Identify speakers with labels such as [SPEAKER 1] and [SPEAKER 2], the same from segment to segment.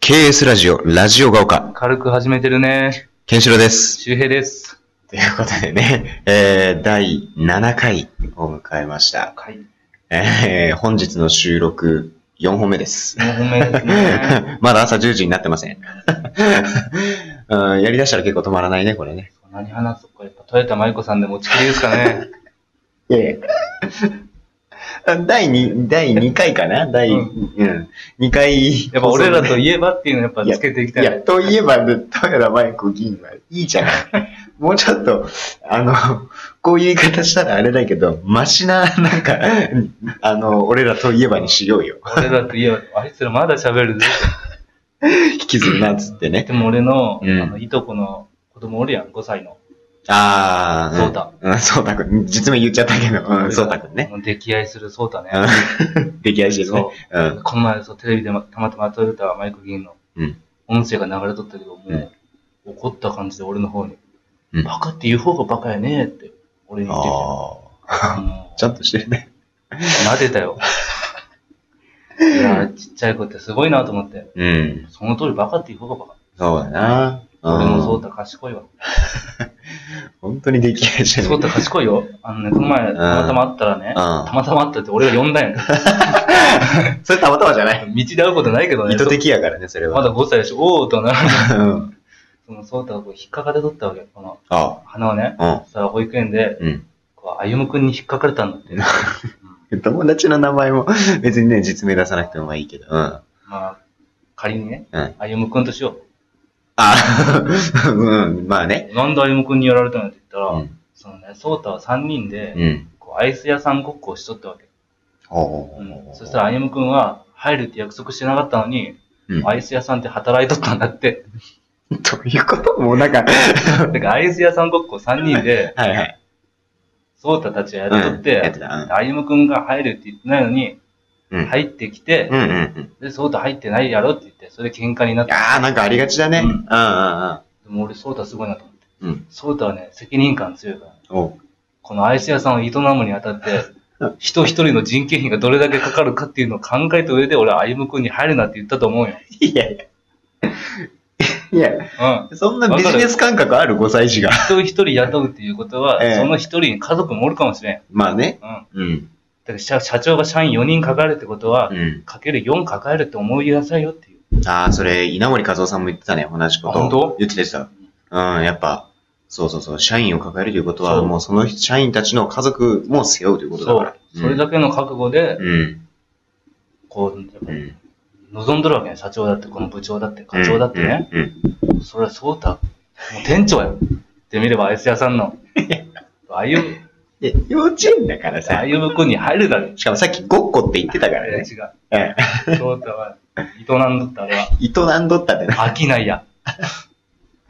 [SPEAKER 1] KS ラジオ、ラジオが丘、
[SPEAKER 2] 軽く始めてるね。
[SPEAKER 1] ケンシロウです。
[SPEAKER 2] 周平です。
[SPEAKER 1] ということでね、えー、第7回を迎えました。
[SPEAKER 2] はい。
[SPEAKER 1] えー、本日の収録4本目です。
[SPEAKER 2] 4本目ですね。
[SPEAKER 1] まだ朝10時になってません。 うん、やりだしたら結構止まらないね、これね。
[SPEAKER 2] 何話すこれ、トヨタマイコさんで持ちきりですかね。
[SPEAKER 1] いやいや 第2、第2回かな第、う、
[SPEAKER 2] うん
[SPEAKER 1] 2回。
[SPEAKER 2] やっぱ俺らと
[SPEAKER 1] い
[SPEAKER 2] いえばっていうのやっぱつけていきたい。
[SPEAKER 1] や、といえば、豊田真由子議員はいいじゃ ない。もうちょっと、あの、こういう言い方したらあれだけど、マシな、なんか、あの、俺らといえばにしようよ。
[SPEAKER 2] 俺らといえば、あいつらまだ喋るぜ。
[SPEAKER 1] 引きずるな、つってね
[SPEAKER 2] で。も俺の、
[SPEAKER 1] うん
[SPEAKER 2] あの、いとこの子供おるやん、5歳の。
[SPEAKER 1] ああ、
[SPEAKER 2] そうだ。
[SPEAKER 1] うん、そうたくん。実名言っちゃったけど、うん、そうたくんね。。
[SPEAKER 2] 溺愛するそうたね。
[SPEAKER 1] うん出来合いしてるね
[SPEAKER 2] そ。
[SPEAKER 1] うん。
[SPEAKER 2] この前、そう、テレビでまたまたまトヨタマイコ議員の
[SPEAKER 1] うん
[SPEAKER 2] 音声が流れとったけど、もう、怒った感じで俺の方に、
[SPEAKER 1] うん
[SPEAKER 2] バカって言う方がバカやねって、俺に言ってきて。
[SPEAKER 1] ああ。
[SPEAKER 2] もう
[SPEAKER 1] ちゃんとしてるね。
[SPEAKER 2] 撫でたよ。いやー、ちっちゃい子ってすごいなと思って。
[SPEAKER 1] うん。
[SPEAKER 2] その通りバカって言う方がバ
[SPEAKER 1] そうだな。
[SPEAKER 2] カ。俺もそう
[SPEAKER 1] だ。
[SPEAKER 2] た賢いわ。
[SPEAKER 1] 本当に出来合いしてる
[SPEAKER 2] そう
[SPEAKER 1] ね。
[SPEAKER 2] た賢いよ。あのね、この前、たまたま会ったらね、
[SPEAKER 1] うん
[SPEAKER 2] たまたま会ったって俺が呼んだんやん。
[SPEAKER 1] それたまたまじゃない。
[SPEAKER 2] 道で会うことないけどね。
[SPEAKER 1] 意図的やからね、それ
[SPEAKER 2] そうま
[SPEAKER 1] は。
[SPEAKER 2] だ5歳だし、おおとなる。
[SPEAKER 1] うん。
[SPEAKER 2] そのそうたがこう引っかかれとったわけ。この
[SPEAKER 1] あ
[SPEAKER 2] 鼻をね、
[SPEAKER 1] あ。
[SPEAKER 2] さあ保育園で、
[SPEAKER 1] うん。うん。
[SPEAKER 2] こう、歩夢くんに引っかかれたんだって。うん
[SPEAKER 1] 友達の名前も 別にね、実名出さなくてもいいけど。うん。あ
[SPEAKER 2] まあ、仮にね、
[SPEAKER 1] うん
[SPEAKER 2] 歩夢くんとしよ
[SPEAKER 1] あ、 うん。まあね。
[SPEAKER 2] う。なんで歩夢くんにやられたんやって言ったら、
[SPEAKER 1] うん。
[SPEAKER 2] そのね、そうたは3人で、
[SPEAKER 1] うん。
[SPEAKER 2] こうアイス屋さんごっこをしとったわけ。
[SPEAKER 1] お
[SPEAKER 2] うん、そしたら、、あゆむくんは入るって約束してなかったのに、
[SPEAKER 1] うん。
[SPEAKER 2] アイス屋さんって働いとったんだって。
[SPEAKER 1] どういうこともうなんか、
[SPEAKER 2] だからアイス屋さんごっこ3人で、
[SPEAKER 1] はいはい。
[SPEAKER 2] そうたたちがやっとって、
[SPEAKER 1] うんやってたうん
[SPEAKER 2] あゆむくんが入るって言ってないのに、
[SPEAKER 1] うん。
[SPEAKER 2] 入ってきて
[SPEAKER 1] う、んうんうん。
[SPEAKER 2] で、そうた入ってないやろって言って、それで喧嘩になった。
[SPEAKER 1] ああ、なんかありがちだね。う
[SPEAKER 2] うんん
[SPEAKER 1] うんうん
[SPEAKER 2] でも俺、そうたすごいなと思って。
[SPEAKER 1] うん。
[SPEAKER 2] そうたはね、責任感強いから、
[SPEAKER 1] お
[SPEAKER 2] このアイス屋さんを営むにあたって
[SPEAKER 1] うん、
[SPEAKER 2] 人一人の人件費がどれだけかかるかっていうのを考えた上で、俺、あゆむくんに入るなって言ったと思うよ。
[SPEAKER 1] いやいや。 いや、
[SPEAKER 2] うん。
[SPEAKER 1] そんなビジネス感覚ある5歳児が。
[SPEAKER 2] 人一人雇うっていうことは、
[SPEAKER 1] ええ
[SPEAKER 2] その一人に家族もおるかもしれん。うん。
[SPEAKER 1] まあね。
[SPEAKER 2] だ
[SPEAKER 1] うん。
[SPEAKER 2] から社社長が社員4人抱えるってことは、
[SPEAKER 1] うん。
[SPEAKER 2] かける4抱えるって思いなさいよっていう。
[SPEAKER 1] ああ、それ、稲森和夫さんも言ってたね、同じこと。
[SPEAKER 2] あ本当
[SPEAKER 1] 言ってた。うん、やっぱ、そうそうそう、社員を抱えるということは、
[SPEAKER 2] そう
[SPEAKER 1] もうその社員たちの家族も背負うということだ
[SPEAKER 2] そ
[SPEAKER 1] から
[SPEAKER 2] う。。それだけの覚悟で、
[SPEAKER 1] うん。
[SPEAKER 2] こう、やっ
[SPEAKER 1] う
[SPEAKER 2] ぱり
[SPEAKER 1] ん。
[SPEAKER 2] 望んどるわけね。社長だって、この部長だって、課長だってね。
[SPEAKER 1] うん。うん。
[SPEAKER 2] それはそうた。もう店長や。って見れば、アイス屋さんの。あゆ、
[SPEAKER 1] で、幼稚園だから
[SPEAKER 2] あ
[SPEAKER 1] さ。
[SPEAKER 2] ゆむくんに入るだろ。
[SPEAKER 1] しかもさっきごっこって言ってたから
[SPEAKER 2] 違
[SPEAKER 1] ね。
[SPEAKER 2] う。
[SPEAKER 1] え
[SPEAKER 2] そうたは、営んどったあれは、
[SPEAKER 1] え。営んどったってな。
[SPEAKER 2] 飽きないや。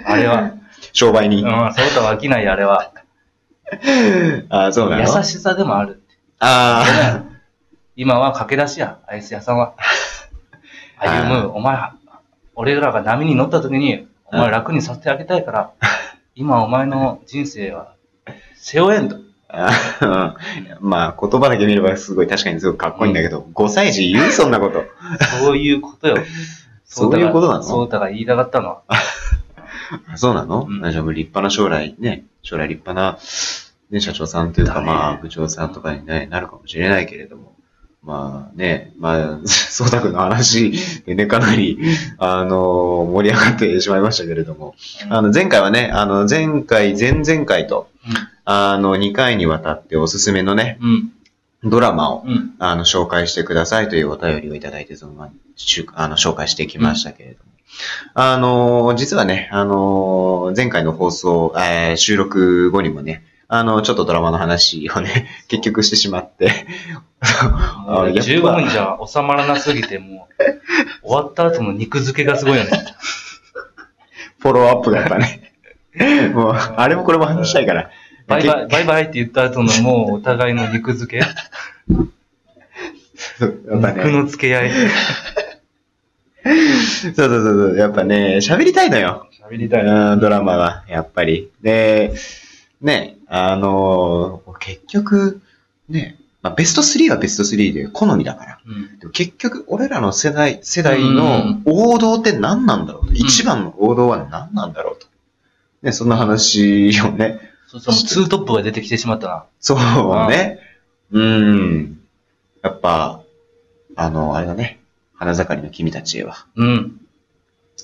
[SPEAKER 2] あれは、
[SPEAKER 1] 商売
[SPEAKER 2] うん、
[SPEAKER 1] に
[SPEAKER 2] そう。たは飽きないや、あれは。
[SPEAKER 1] ああ、そうなの
[SPEAKER 2] 優しさでもある。
[SPEAKER 1] あ
[SPEAKER 2] ごめん今は駆け出しや、アイス屋さんは。
[SPEAKER 1] あー
[SPEAKER 2] 歩む、お前、俺らが波に乗った時に、お前楽にさせてあげた いから、今お前の人生は背負えんと。
[SPEAKER 1] ああ。 うんまあ、言葉だけ見ればすごい、確かにすごくかっこいいんだけど、5歳児言うそんなこと。
[SPEAKER 2] そういうことよ。
[SPEAKER 1] そういうことなの
[SPEAKER 2] そうたが言いたかったのは。
[SPEAKER 1] あそうなの、
[SPEAKER 2] うん
[SPEAKER 1] あじゃあもう立派な将来ね、将来立派な、ね、社長さんというか、
[SPEAKER 2] だね
[SPEAKER 1] まあ、部長さんとかに、ね、なるかもしれないけれども、まあね、まあ、 そうたくんの話でね、かなり、あの盛り上がってしまいましたけれども、
[SPEAKER 2] うん
[SPEAKER 1] あの、前回はね、あの、前回、前々回と、あの、2回にわたっておすすめのね、
[SPEAKER 2] うん、
[SPEAKER 1] ドラマを、
[SPEAKER 2] うん、うん。
[SPEAKER 1] あの、紹介してくださいというお便りをいただいて、そのまま、しゅあの、紹介してきましたけれども。あのー、実はね、あのー、前回の放送、えー収録後にもね、あの、ちょっとドラマの話をね、 結局してしまって、
[SPEAKER 2] もう
[SPEAKER 1] あやっぱ
[SPEAKER 2] 15分じゃ収まらなすぎて、も う、終わった後の肉付けがすごいよね。
[SPEAKER 1] フォローアップがやっぱ ね、もう、あれもこれも話したいから、
[SPEAKER 2] バ イバイ、バイバイって言った後のもうお互いの肉付け、
[SPEAKER 1] 結局やっぱ
[SPEAKER 2] 肉
[SPEAKER 1] ね、
[SPEAKER 2] の付け合 い。
[SPEAKER 1] そうそうそうそう、やっぱね、喋りたいのよ。
[SPEAKER 2] 喋りたいな。
[SPEAKER 1] うん、ドラマは、やっぱり。で、ね、あのー結局、ね、まあ、ベスト3はベスト3で好みだから。
[SPEAKER 2] うん。
[SPEAKER 1] でも結局、俺らの世代、世代
[SPEAKER 2] うん
[SPEAKER 1] の王道って何なんだろうと。一番の王道は何なんだろうと。ね、そんな話をね。
[SPEAKER 2] そうそう、ツートップが出てきてしまったな。
[SPEAKER 1] そうね。うん。やっぱ、あの、あれだね。花盛りの君たちへは。
[SPEAKER 2] うん。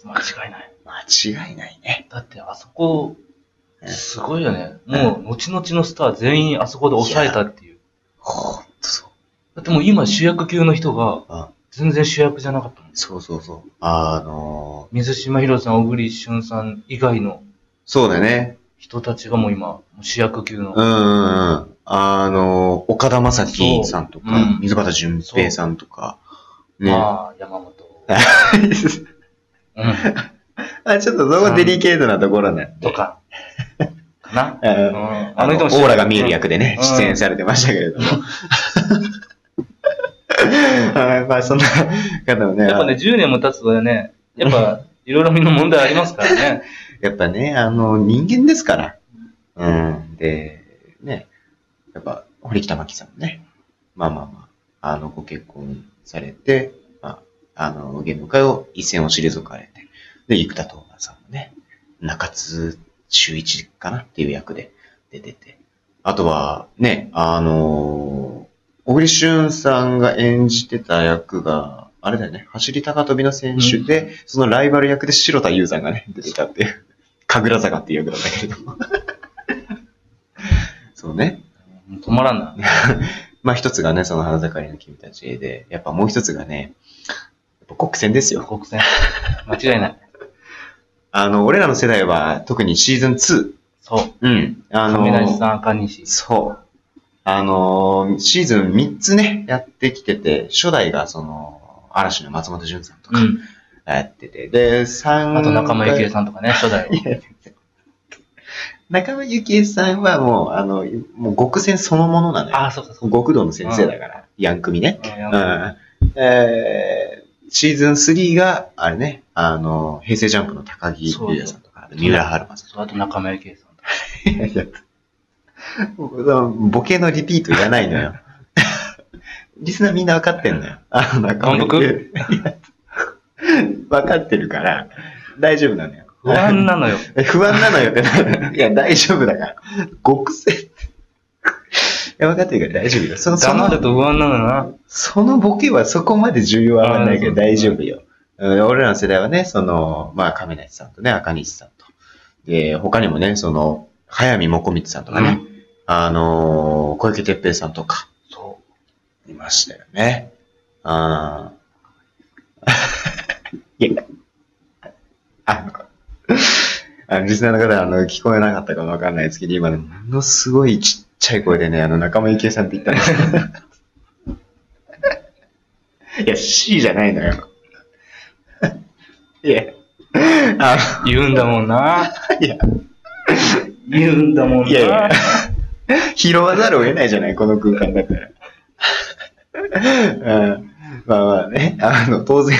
[SPEAKER 2] 間違いない。
[SPEAKER 1] 間違いないね。
[SPEAKER 2] だってあそこ、
[SPEAKER 1] うん
[SPEAKER 2] すごいよね。もう、後々のスター全員あそこで抑えたっていう。
[SPEAKER 1] ほんとそう。
[SPEAKER 2] だってもう今主役級の
[SPEAKER 1] う
[SPEAKER 2] 人
[SPEAKER 1] ん
[SPEAKER 2] が、全然主役じゃなかったもん。
[SPEAKER 1] そうそうそう。あの、
[SPEAKER 2] 水島ひろさん、小栗旬さん以外の
[SPEAKER 1] そうだね。
[SPEAKER 2] 人たちがもう今、主役級の。
[SPEAKER 1] うんうんうん。あの、岡田将生さんと
[SPEAKER 2] そうう
[SPEAKER 1] か
[SPEAKER 2] ん、
[SPEAKER 1] 水端淳平さんとか。ね。
[SPEAKER 2] まあ、山本。う ん。
[SPEAKER 1] あ、ちょっとそこデリケートなところね。
[SPEAKER 2] とか。かな。
[SPEAKER 1] う
[SPEAKER 2] うん
[SPEAKER 1] ん あの、オーラが見える役でね、
[SPEAKER 2] うん
[SPEAKER 1] 出演されてましたけれども。はい まあ、そんな方もね、
[SPEAKER 2] やっぱね、10年も経つとね、やっぱ、いろいろみんな問題ありますからね。
[SPEAKER 1] やっぱね、あの、人間ですから。うん。で、ね、やっぱ、堀北真希さんもね、まあまあまあ、あの、ご結婚されて、まあ、あの、芸能界を一線を退かれて、で、生田斗真さんもね、中津中一かなっていう役で出てて、あとは、ね、あの小栗旬さんが演じてた役が、あれだよね、走り高跳びの選手で、そのライバル役で白田優さんがね、出てたっていう、神楽坂っていう役なんだけれど も。そうね。
[SPEAKER 2] もう止まらんな。
[SPEAKER 1] まあ一つがね、その花盛りの君たちへで、やっぱもう一つがね、やっぱ国戦ですよ。
[SPEAKER 2] 国戦。間違いない。
[SPEAKER 1] あの、俺らの世代は特にシーズン2。
[SPEAKER 2] そ
[SPEAKER 1] う
[SPEAKER 2] う。
[SPEAKER 1] ん。あの、
[SPEAKER 2] 亀梨さん、赤西。
[SPEAKER 1] そう。あのーシーズン3つね、やってきてて、初代がその、嵐の松本潤さんと
[SPEAKER 2] う
[SPEAKER 1] か
[SPEAKER 2] ん。
[SPEAKER 1] やってて、で、3
[SPEAKER 2] あと仲間由紀恵さんとかね、初代。
[SPEAKER 1] 仲間由紀恵さんはもう、あの、もう極戦そのものなのよ。
[SPEAKER 2] ああ、そうか、そうか。
[SPEAKER 1] 極道の先生だから、ヤン組ね。
[SPEAKER 2] うん
[SPEAKER 1] う。
[SPEAKER 2] やんなん
[SPEAKER 1] えーシーズン3が、あれね、あの、平成ジャンプの高木
[SPEAKER 2] そう
[SPEAKER 1] 竜也さんとか、三浦春馬さん
[SPEAKER 2] そうあと仲間由紀恵さんとか。
[SPEAKER 1] いやいや 僕そのボケのリピートいらないのよ。 リスナーみんな分かってんのよ。あの、中
[SPEAKER 2] 満腹
[SPEAKER 1] いや分かってるから、大丈夫なのよ。
[SPEAKER 2] 不安なのよ。
[SPEAKER 1] え 不安なのよってなる。いや、大丈夫だから。極戦って。いや、分かってるから大丈夫よ。その、そ
[SPEAKER 2] 黙る
[SPEAKER 1] の、
[SPEAKER 2] と不安なのよな。
[SPEAKER 1] そのボケはそこまで重要は分かんないけど
[SPEAKER 2] あーそう
[SPEAKER 1] 大丈夫よ。うん俺らの世代はね、その、まあ、亀梨さんとね、赤西さんと。で、他にもね、その、早見もこみちさんとかね、
[SPEAKER 2] うん
[SPEAKER 1] あのー小池徹平さんとか、
[SPEAKER 2] そ
[SPEAKER 1] いましたよね。あーいや、あの、あのリスナーの方、あの、聞こえなかったかもわかんないですけど、今ね、ものすごいちっちゃい声でね、あの、仲間由紀恵さんって言ったんですよいや、C じゃないのよ。いや、あ
[SPEAKER 2] う。言うんだもんな。
[SPEAKER 1] いや
[SPEAKER 2] 言うんだもんな。
[SPEAKER 1] いやいやの、拾わざるを得ないじゃない、この空間だから。うんまあまあね、あの、当然、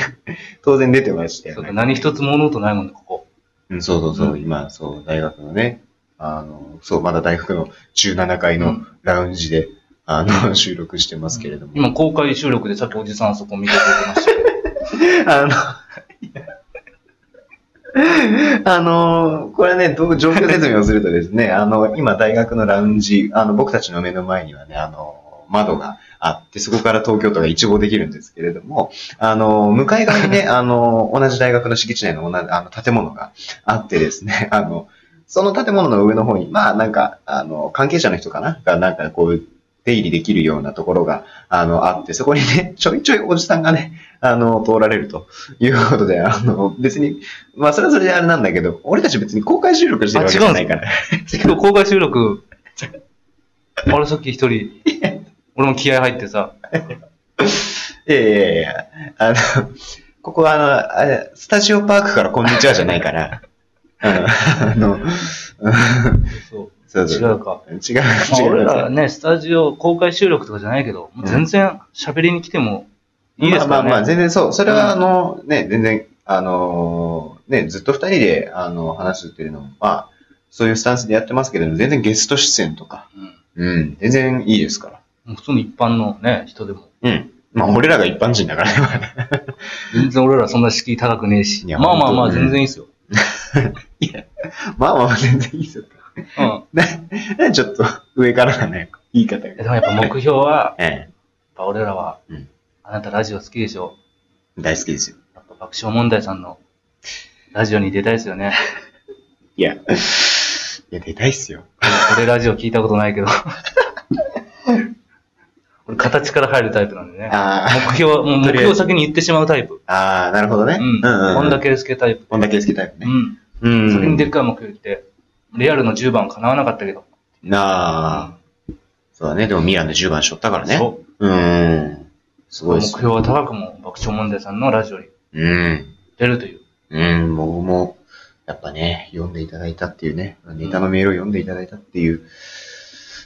[SPEAKER 1] 当然出てましたよ
[SPEAKER 2] そ
[SPEAKER 1] ね。
[SPEAKER 2] うか何一つ物音ないもんね、ここ。
[SPEAKER 1] うん、そうそうそう、
[SPEAKER 2] うん
[SPEAKER 1] 今、そう、大学のね、あの、そう、まだ大学の17階
[SPEAKER 2] う
[SPEAKER 1] の
[SPEAKER 2] ん
[SPEAKER 1] ラウンジで、あの、収録してますけれども。
[SPEAKER 2] 今、公開収録でさっきおじさんあそこ見てくれてましたよ。
[SPEAKER 1] あの、あの、これね、どう状況説明をするとですね、あの、今、大学のラウンジ、あの、僕たちの目の前にはね、あの、窓があって、そこから東京都が一望できるんですけれども、あの、向かい側にね、あの、同じ大学の敷地内の同じあの建物があってですね、 あの、その建物の上の方に、まあ、なんか、あの、関係者の人かなが、なんかこう、出入りできるようなところが、あの、あって、そこにね、 ちょいちょいおじさんがね、あの、通られるということで、あの、別に、まあ、それはそれであれなんだけど、俺たち別に公開収録してるわけじゃないから。
[SPEAKER 2] 今日公開収録、俺さっき一人、俺も気合入ってさ、
[SPEAKER 1] いやいやいや、あの、ここはあの、あれスタジオパークからこんにちはじゃないから、 うんあの、うん
[SPEAKER 2] そう
[SPEAKER 1] そう
[SPEAKER 2] 違
[SPEAKER 1] そう。
[SPEAKER 2] うか。
[SPEAKER 1] 違う、
[SPEAKER 2] まあ、
[SPEAKER 1] 違う。
[SPEAKER 2] 俺らね、スタジオ公開収録とかじゃないけど、もう全然喋りに来てもいいですか
[SPEAKER 1] まあ
[SPEAKER 2] らね。
[SPEAKER 1] まあまあ、全然そう。それ
[SPEAKER 2] うん
[SPEAKER 1] はあの、ね、全然、あのーね、ずっと二人で、あの、話すっていうのも、まあ、そういうスタンスでやってますけれども、全然ゲスト出演とか、
[SPEAKER 2] うん
[SPEAKER 1] うん、全然いいですから。
[SPEAKER 2] もう普通の一般のね、人でも。
[SPEAKER 1] うん。まあ、俺らが一般人だからね。
[SPEAKER 2] 全然俺らそんな敷居高くねえし。
[SPEAKER 1] いや
[SPEAKER 2] まあまあまあ、
[SPEAKER 1] 本当
[SPEAKER 2] 全然いいっすよ。
[SPEAKER 1] まあまあまあ、全然いいですよ。
[SPEAKER 2] うん。
[SPEAKER 1] な、なちょっと、上からだね、言い方
[SPEAKER 2] で
[SPEAKER 1] が。
[SPEAKER 2] もやっぱ目標は、やっ
[SPEAKER 1] え
[SPEAKER 2] ぱ俺らは
[SPEAKER 1] うん、
[SPEAKER 2] あなたラジオ好きでしょ。
[SPEAKER 1] え、大好きですよ。
[SPEAKER 2] やっぱ爆笑問題さんのラジオに出たいですよね。
[SPEAKER 1] いや、い や、出たいっすよ。
[SPEAKER 2] 俺ラジオ聞いたこと ないけど。俺形から入るタイプなんでね。
[SPEAKER 1] あ
[SPEAKER 2] 目標、もう目標を先に言ってしまうタイプ。
[SPEAKER 1] あ、ああ、なるほどね。
[SPEAKER 2] う
[SPEAKER 1] うん
[SPEAKER 2] ん。
[SPEAKER 1] うん。
[SPEAKER 2] 本田。圭佑タイプ。
[SPEAKER 1] 本田圭佑タイプ
[SPEAKER 2] う
[SPEAKER 1] ね。
[SPEAKER 2] ん。
[SPEAKER 1] うん。
[SPEAKER 2] 先にでっかい目標言って、レアルの10番叶わなかったけど。
[SPEAKER 1] なあ、そうだね。でもミランで10番しょったからね。
[SPEAKER 2] そう
[SPEAKER 1] う。ん。すごい
[SPEAKER 2] 目
[SPEAKER 1] っす
[SPEAKER 2] 標は高くも爆笑問題さんのラジオに
[SPEAKER 1] うん。
[SPEAKER 2] 出るという。
[SPEAKER 1] うん、僕も、やっぱね、読んでいただいたっていうね、ネタのメールを読んでいただいたっていう、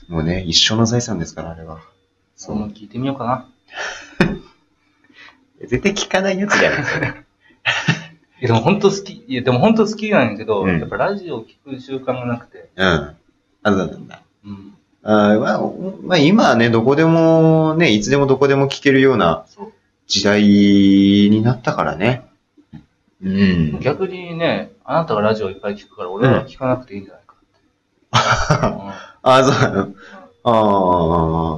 [SPEAKER 1] もうね、一生の財産ですから、あれは。そ
[SPEAKER 2] そ
[SPEAKER 1] う
[SPEAKER 2] う。聞いてみようかな。
[SPEAKER 1] 絶対聞かないやつじゃないです か。
[SPEAKER 2] いやでも本当好き、いやでも本当好きなんやけど、
[SPEAKER 1] うん
[SPEAKER 2] やっぱラジオを聞く習慣がなくて。
[SPEAKER 1] うん。あ、そうなんだ。
[SPEAKER 2] うん。
[SPEAKER 1] あーまあ、まあ、今はね、どこでも、ね、いつでもどこでも聞けるような
[SPEAKER 2] そう。
[SPEAKER 1] 時代になったからね。うん。
[SPEAKER 2] 逆にね、あなたがラジオいっぱい聞くから、俺らは聞かなくていいんじゃないかって。
[SPEAKER 1] あ、そうなの。
[SPEAKER 2] うん
[SPEAKER 1] ああ、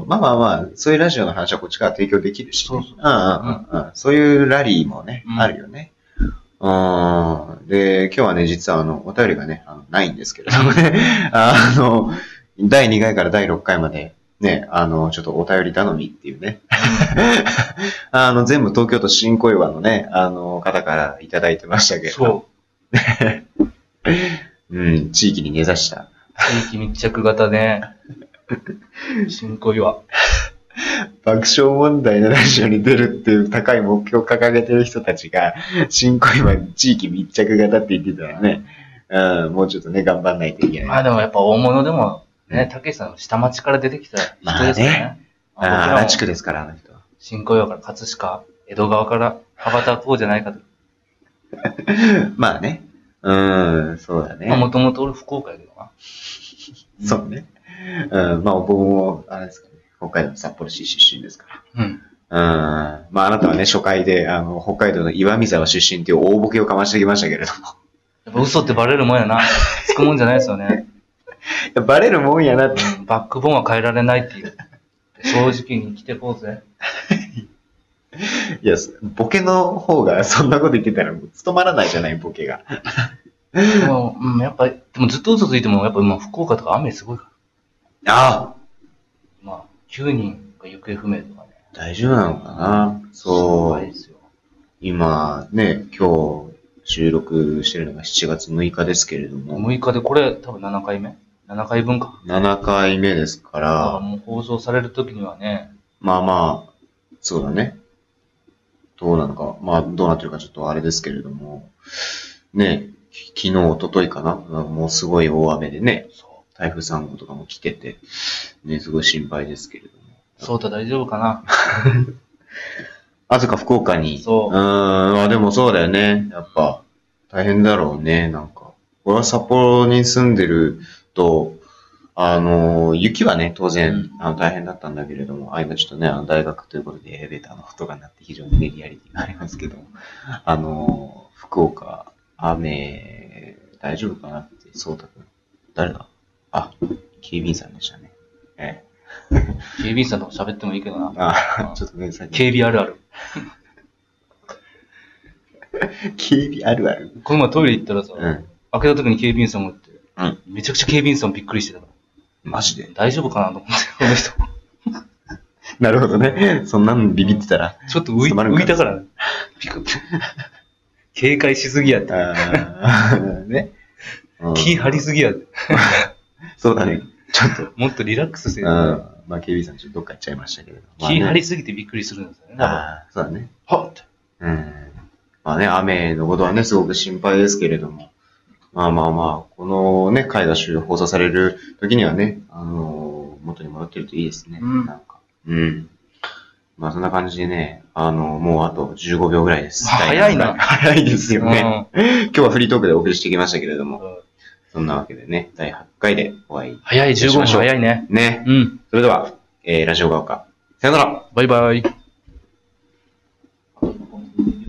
[SPEAKER 1] まあまあまあ、そういうラジオの話はこっちから提供できるし、
[SPEAKER 2] そうそう
[SPEAKER 1] うんうんうんうんそういうラリーもね、
[SPEAKER 2] うん
[SPEAKER 1] あるよね。うん。で、今日はね、実はあの、お便りがね、あのないんですけれども ね、あの、第2回から第6回まで、ね、あの、ちょっとお便り頼みっていうね、 あの、全部東京都新小岩のね、あの、方からいただいてました けれど、
[SPEAKER 2] そう。
[SPEAKER 1] うん、地域に根ざした
[SPEAKER 2] 地域密着 型ね。新小岩。
[SPEAKER 1] 爆笑問題のラジオに出るっていう高い目標を掲げてる人たちが、新小岩地域密着型って言ってたらね、うん、もうちょっとね、頑張んないといけ
[SPEAKER 2] ま
[SPEAKER 1] ない。
[SPEAKER 2] あでもやっぱ大物でも、ね、たけしさんの下町から出てきた人ですからね。
[SPEAKER 1] あ
[SPEAKER 2] 僕
[SPEAKER 1] あ、
[SPEAKER 2] ら
[SPEAKER 1] 荒
[SPEAKER 2] も
[SPEAKER 1] 地区ですから、あの人は。
[SPEAKER 2] 新小岩から葛飾、江戸川から羽ばたこうじゃないかと。
[SPEAKER 1] まあね。うん、そうだ
[SPEAKER 2] まあ
[SPEAKER 1] ね。
[SPEAKER 2] もともと俺福岡やけどな。
[SPEAKER 1] そうね。うん、まあ僕も、あれですかね、北海道の札幌市出身ですから。
[SPEAKER 2] うん。
[SPEAKER 1] うん。まあ、あなたはね、初回で、あの、北海道の岩見沢出身っていう大ボケをかましてきましたけれども。
[SPEAKER 2] やっぱ嘘ってバレるもんやな。つくもんじゃないです よね。
[SPEAKER 1] いやバレるもんやなって。
[SPEAKER 2] うんバックボーンは変えられないっていう。正直に生きてこうぜ。
[SPEAKER 1] いや、そボケの方が そんなこと言ってたらもう務まらないじゃない、ボケが。
[SPEAKER 2] でもうん、やっぱ、でもずっと嘘ついても、やっぱ今福岡とか雨すごいから。
[SPEAKER 1] ああ
[SPEAKER 2] まあ、9人が行方不明とかね。
[SPEAKER 1] 大丈夫なのかなそ
[SPEAKER 2] 心配
[SPEAKER 1] う
[SPEAKER 2] で。すよ。
[SPEAKER 1] 今ね、今日収録してるのが7月6日ですけれども、
[SPEAKER 2] 6日でこれ多分7回目 ?7 回分か。
[SPEAKER 1] 7回目ですか
[SPEAKER 2] だから
[SPEAKER 1] ら、
[SPEAKER 2] もう放送される時にはね、
[SPEAKER 1] まあまあ、そうだね。どうなのか、まあどうなってるかちょっとあれですけれども、ね、き昨日、一昨日かなもうすごい大雨でね、
[SPEAKER 2] そ
[SPEAKER 1] 台風3号とかも来てて、ね、すごい心配ですけれども。
[SPEAKER 2] う。そうた大丈夫かな
[SPEAKER 1] あずか福岡に。
[SPEAKER 2] そう
[SPEAKER 1] うーん、あ、でもそうだよね。やっぱ、大変だろうね、なんか。俺は札幌に住んでると、あの、雪はね、当然、あの大変だったんだけれども、あ、今ちょっとね、あの大学ということでエレベーターの音が鳴って非常にね、リアリティがありますけど、あの、福岡、雨、大丈夫かなって、そうたくん。誰だあ、警備員さんでしたね。ええ。
[SPEAKER 2] 警備員さんとも喋ってもいいけどな。
[SPEAKER 1] あ、ちょっとね、さっき、
[SPEAKER 2] 警備あるある。
[SPEAKER 1] 警備あるある。
[SPEAKER 2] この前トイレ行ったらさ、
[SPEAKER 1] うん。
[SPEAKER 2] 開けた時に警備員さんもって、
[SPEAKER 1] うん
[SPEAKER 2] めちゃくちゃ警備員さんびっくりしてたから。
[SPEAKER 1] マジで
[SPEAKER 2] 大丈夫かなと思って、この人。
[SPEAKER 1] なるほどね。そんなんビビってたら。
[SPEAKER 2] ちょっと浮い
[SPEAKER 1] つまるんか
[SPEAKER 2] 浮いたから、ね、ピクッて。警戒しすぎやって。
[SPEAKER 1] あー ね。うん
[SPEAKER 2] 気張りすぎやって。
[SPEAKER 1] そうだね。ちょっと。
[SPEAKER 2] もっとリラックスせ
[SPEAKER 1] う
[SPEAKER 2] え
[SPEAKER 1] ん。
[SPEAKER 2] よ。
[SPEAKER 1] まあ、警備員さんちょっとどっか行っちゃいましたけれど。まあね
[SPEAKER 2] 気張りすぎてびっくりするんですよね。多分
[SPEAKER 1] あーそうだね。
[SPEAKER 2] はっって。
[SPEAKER 1] うん。まあね、雨のことはね、すごく心配ですけれども。まあまあまあ、このね、回が終了放送される時にはね、あのー元に戻ってるといいですね。
[SPEAKER 2] うん
[SPEAKER 1] なんか。うん。まあそんな感じでね、あのもうあと15秒ぐらいです。
[SPEAKER 2] 早いな
[SPEAKER 1] 早いですよね。
[SPEAKER 2] うん
[SPEAKER 1] 今日はフリートークでお送りしてきましたけれども、
[SPEAKER 2] うん
[SPEAKER 1] そんなわけでね、第8回でお会い。
[SPEAKER 2] 早い、15分早いね。
[SPEAKER 1] ね。
[SPEAKER 2] うん。
[SPEAKER 1] それでは、えーラジオが丘。さよなら
[SPEAKER 2] バイバイ。
[SPEAKER 3] うん